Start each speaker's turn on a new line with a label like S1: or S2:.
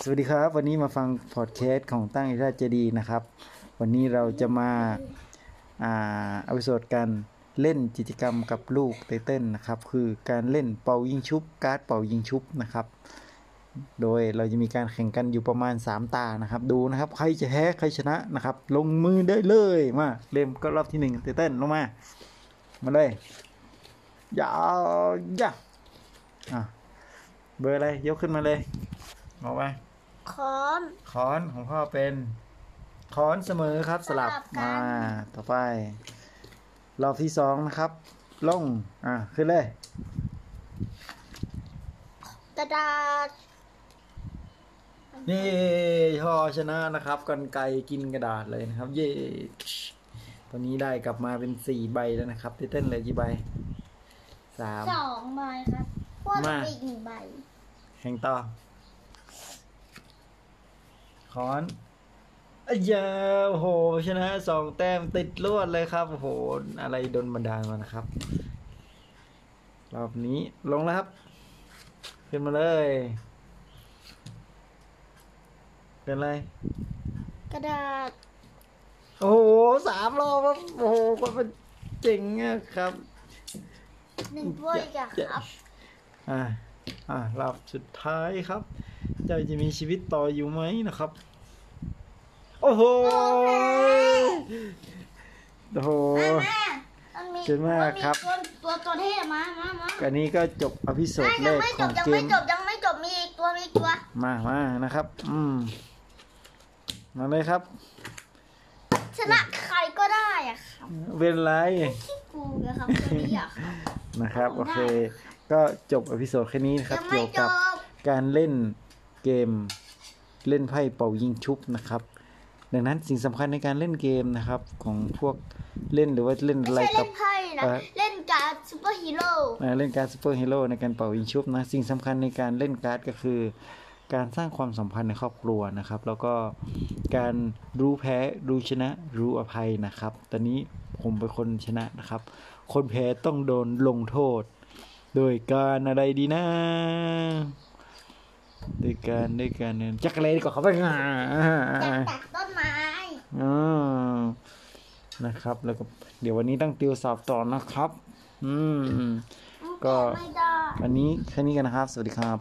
S1: สวัสดีครับ วันนี้มาฟังพอดแคสต์ของตั้งอิราชเจดีย์นะครับ วันนี้เราจะมาอ่าเอาไปสดกันเล่นกิจกรรมกับลูกไตเติ้ลนะครับ คือการเล่นเป่ายิงชุบ การ์ดเป่ายิงชุบนะครับ โดยเราจะมีการแข่งกันอยู่ประมาณ 3 ตานะครับ ดูนะครับ ใครจะแพ้ใครชนะนะครับ ลงมือได้เลยมาเริ่มก็รอบที่หนึ่งไตเติ้ลลงมา มาเลยยาวยาอ่ะเบอร์อะไรยกขึ้นมาเลยบอกมา
S2: คอม
S1: ค้อนของพ่อเป็นค้อนเสมอครับสลับ
S2: สลับกัน
S1: มาต่อไป รอบที่สองนะครับ ลง อ่ะ ขึ้นเลย
S2: กระดาษ
S1: นี่พ่อชนะนะครับกันไกรกินกระดาษเลยนะครับ เย่ตอนนี้ได้กลับมาเป็นสี่ใบแล้วนะครับเต้นเลยกี่ใบสาม
S2: สองใบครับพวก
S1: มา
S2: อีกหนึ่งใบ
S1: แข่งต่อค้อนอายาโอ้โห ชนะสองแต้มติดลวดเลยครับ โอ้โห อะไรโดนบันดาลมานะครับ รอบนี้ลงแล้วครับ ขึ้นมาเลยเป็นอะไร
S2: กระดาษ
S1: โอ้โหสามรอบครับโอ้โหคนเป็นเจ๋งอะครับ
S2: หนึ่งถ้วยอีกอะครับ
S1: อ่า อ่ารอบสุดท้ายครับ เจ้าจะมีชีวิตต่ออยู่ไหมนะครับ โอ้โห
S2: โอเค
S1: โอ้โห
S2: มามามันมี
S1: เจ๋งมากครับ
S2: มันมีตัวตัวเทพมามามา
S1: อันนี้ก็จบอภิสด
S2: ไม่
S1: เล
S2: ยัง
S1: ข
S2: ไม่
S1: ข
S2: จ
S1: อบ ง
S2: ยัง
S1: เก
S2: ไม่
S1: ม
S2: จบยังไม่จบมีอีกตัวมีอีกตัว
S1: มามานะครับ อืม มาเลยครับ
S2: ชนะใครก็ได้อะครับ
S1: เวนไลน์
S2: ขี้กูนะครับตัวนี้อะครับ
S1: นะครับ โอเค ก็จบอภิสดแค่นี้นะครับ
S2: ยังไม่
S1: เกี่ยวกั
S2: จ
S1: บ
S2: บ
S1: การเล่นเกมเล่นไพ่เป่ายิงชุบนะครับ ดังนั้นสิ่งสำคัญในการเล่นเกมนะครับ ของพวกเล่นหรือว่าเล่น
S2: ไม่
S1: อะไร
S2: ใช่
S1: กั
S2: เล่
S1: บ
S2: นไพ่นะ
S1: เอ่อ
S2: เล่นการ์ดซูเปอร์ฮีโร่
S1: เอ่อเล่นการดซูเปอร์ฮีโร่ในการเป่ายิงชุบนะสิ่งสำคัญในการเล่นการ์ดก็คือ การสร้างความสัมพันธ์ในครอบครัวนะครับ แล้วก็การรู้แพ้รู้ชนะรู้อภัยนะครับ ตอนนี้ผมเป็นคนชนะนะครับ คนแพ้ต้องโดนลงโทษ โดยการอะไรดีนะ โดยการด้วยการเนี่ยจักรเลยดีกว่าเขาไปงา
S2: จากตัดต้นไม้
S1: อ่านะครับ แล้วก็เดี๋ยววันนี้ต้องติวสอบต่อนะครับ อืม
S2: มัน
S1: ก็
S2: แะไม่ได้
S1: วันนี้แค่นี้กันนะครับ สวัสดีครับ